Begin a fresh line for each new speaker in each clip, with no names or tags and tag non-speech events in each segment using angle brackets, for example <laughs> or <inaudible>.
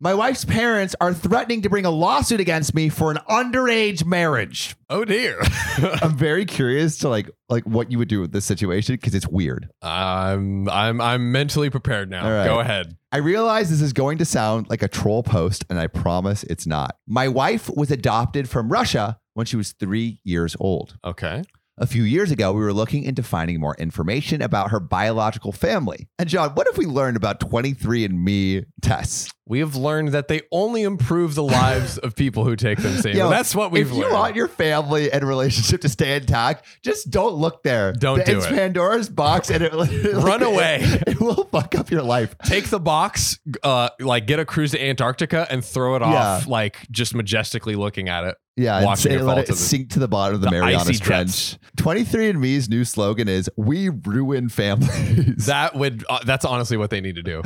My wife's parents are threatening to bring a lawsuit against me for an underage marriage.
Oh dear. <laughs>
I'm very curious to like like what you would do with this situation because it's weird.
I'm I'm I'm mentally prepared now.
All right.
Go ahead.
I realize this is going to sound like a troll post, and I promise it's not. My wife was adopted from Russia when she was three years old.
Okay.
A few years ago, we were looking into finding more information about her biological family. And John, what if we learned about 23andMe tests?
We have learned that they only improve the lives of people who take them. Sam.
Yo,
That's what we've
if
learned.
you want your family and relationship to stay intact, just don't look there.
Don't
it's
do
It's
it.
Pandora's box, and it
<laughs> Run away.
<laughs> It, will fuck up your life.
Take the box, uh, like get a cruise to Antarctica and throw it off, like just majestically looking at it.
Yeah, and
Watching
say-
it
let
fall
it
to the-
sink to the bottom of the,
the
Mariana
icy
Trench. 23andMe's new slogan is "We ruin families." <laughs>
That would. Uh, that's honestly what they need to do.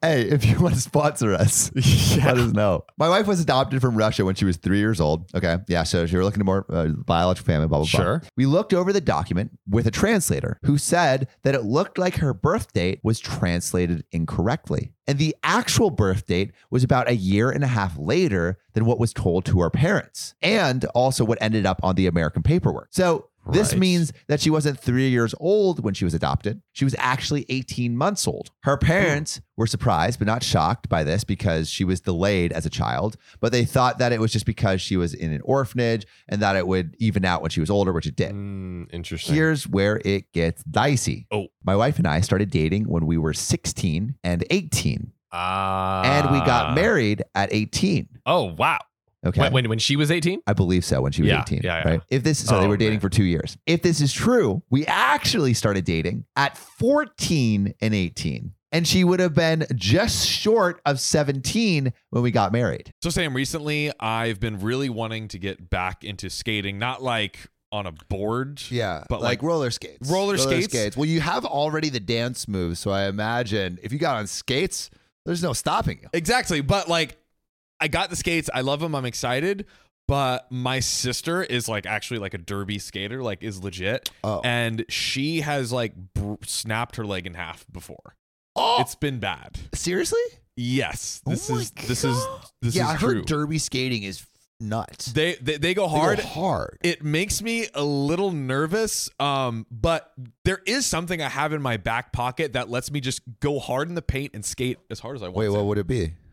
hey, if you want to sponsor us, let us know. My wife was adopted from Russia when she was three years old. Okay, yeah, so she were looking to more uh, biological family. Blah blah blah.
Sure.
We looked over the document with a translator who said that it looked like her birth date was translated incorrectly. And the actual birth date was about a year and a half later than what was told to her parents and also what ended up on the American paperwork. So this
Right.
means that she wasn't three years old when she was adopted. She was actually 18 months old. Her
Hmm.
parents were surprised but not shocked by this because she was delayed as a child, but they thought that it was just because she was in an orphanage and that it would even out when she was older, which it did.
Mm, interesting.
Here's where it gets dicey.
Oh.
My wife and I started dating when we were 16 and 18,
Ah.
and we got married at 18.
Oh wow.
Okay.
When, when when she was eighteen.
I believe so when she was
Yeah,
18.
yeah, yeah.
Right. If this so they
Oh,
were dating
man.
for two years. If this is true, we actually started dating at 14 and 18. And she would have been just short of 17 when we got married.
So, Sam, recently I've been really wanting to get back into skating, not like on a board.
Yeah.
But, like,
roller skates.
roller skates?
Well, you have already the dance moves, so I imagine if you got on skates, there's no stopping you.
Exactly. But like, I got the skates. I love them. I'm excited. But my sister is like actually like a derby skater, like is legit.
Oh.
And she has like br- snapped her leg in half before.
Oh,
It's been bad.
seriously?
Yes.
Oh
This
my
is this is
God.
this
yeah,
is
I heard
true.
derby skating is nuts.
they, they they go
They go
hard.
hard.
it makes me a little nervous um but there is something i have in my back pocket that lets me just go hard in the paint and skate as hard as i want to.
would it be?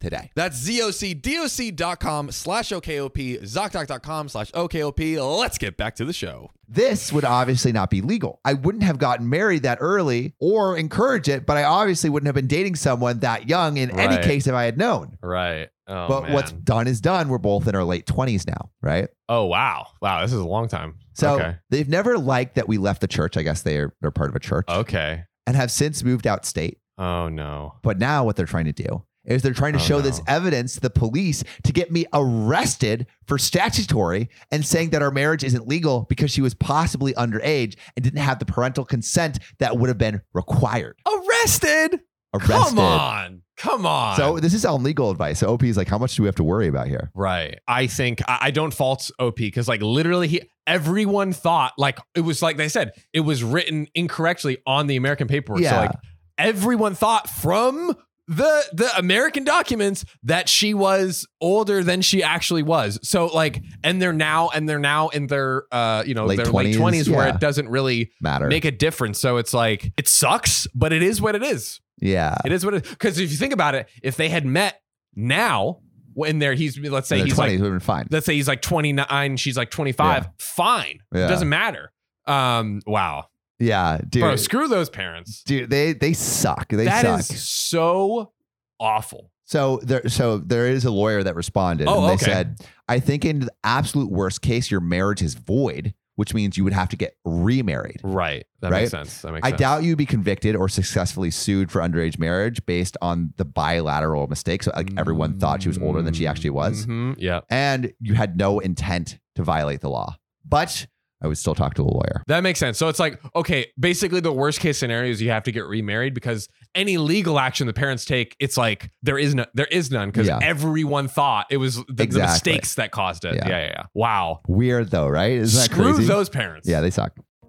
today.
That's zocdoc.com slash OKOP, ZocDoc.com slash OKOP. Let's get back to the show.
This would obviously not be legal. I wouldn't have gotten married that early or encourage it, but I obviously wouldn't have been dating someone that young in any
Right.
case if I had known.
Right. Oh,
but
man.
what's done is done. We're both in our late 20s now, right?
Oh wow. Wow. This is a long time.
So
okay.
they've never liked that we left the church. I guess they're they're part of a church
Oh. Okay.
and have since moved out state.
Oh no.
But now what they're trying to do is they're trying to
Oh,
show this
no.
evidence to the police to get me arrested for statutory and saying that our marriage isn't legal because she was possibly underage and didn't have the parental consent that would have been required.
Arrested.
Arrested.
Come on. Come on.
So this is all legal advice. So OP is like, how much do we have to worry about here?
Right. I think I, I don't fault OP because like literally he everyone thought like it was like they said it was written incorrectly on the American paperwork.
Yeah.
So like everyone thought from the the American documents that she was older than she actually was. So like and they're now and they're now in their uh you know
Late
their
20s,
late twenties where
yeah.
it doesn't really
Matter.
make a difference. So it's like it sucks, but it is what it is.
yeah.
It is what it because if you think about it, if they had met now when there he's let's
In
say
their
he's
20s
like
would have been fine.
let's say he's like 29 she's like 25 fine
Yeah.
it doesn't matter um wow
Yeah, dude.
bro screw those parents
dude, they they suck. They
That is
suck.
so awful
So there, so there is a lawyer that responded,
Oh,
and they
okay.
said, "I think in the absolute worst case, your marriage is void, which means you would have to get remarried.
Right. That
Right?
makes sense. That makes
I
sense.
doubt you'd be convicted or successfully sued for underage marriage based on the bilateral mistake. So like everyone thought she was older than she actually was,
Mhm. Yeah.
and you had no intent to violate the law. But I would still talk to a lawyer.
That makes sense. So it's like, okay, basically the worst case scenario is you have to get remarried because any legal action the parents take, it's like there is no there is none because
Yeah.
everyone thought it was the, the
Exactly.
mistakes that caused it.
Yeah.
Yeah, yeah, yeah. Wow.
Weird though, right? Isn't that
Screw
crazy?
those parents.
Yeah, they suck.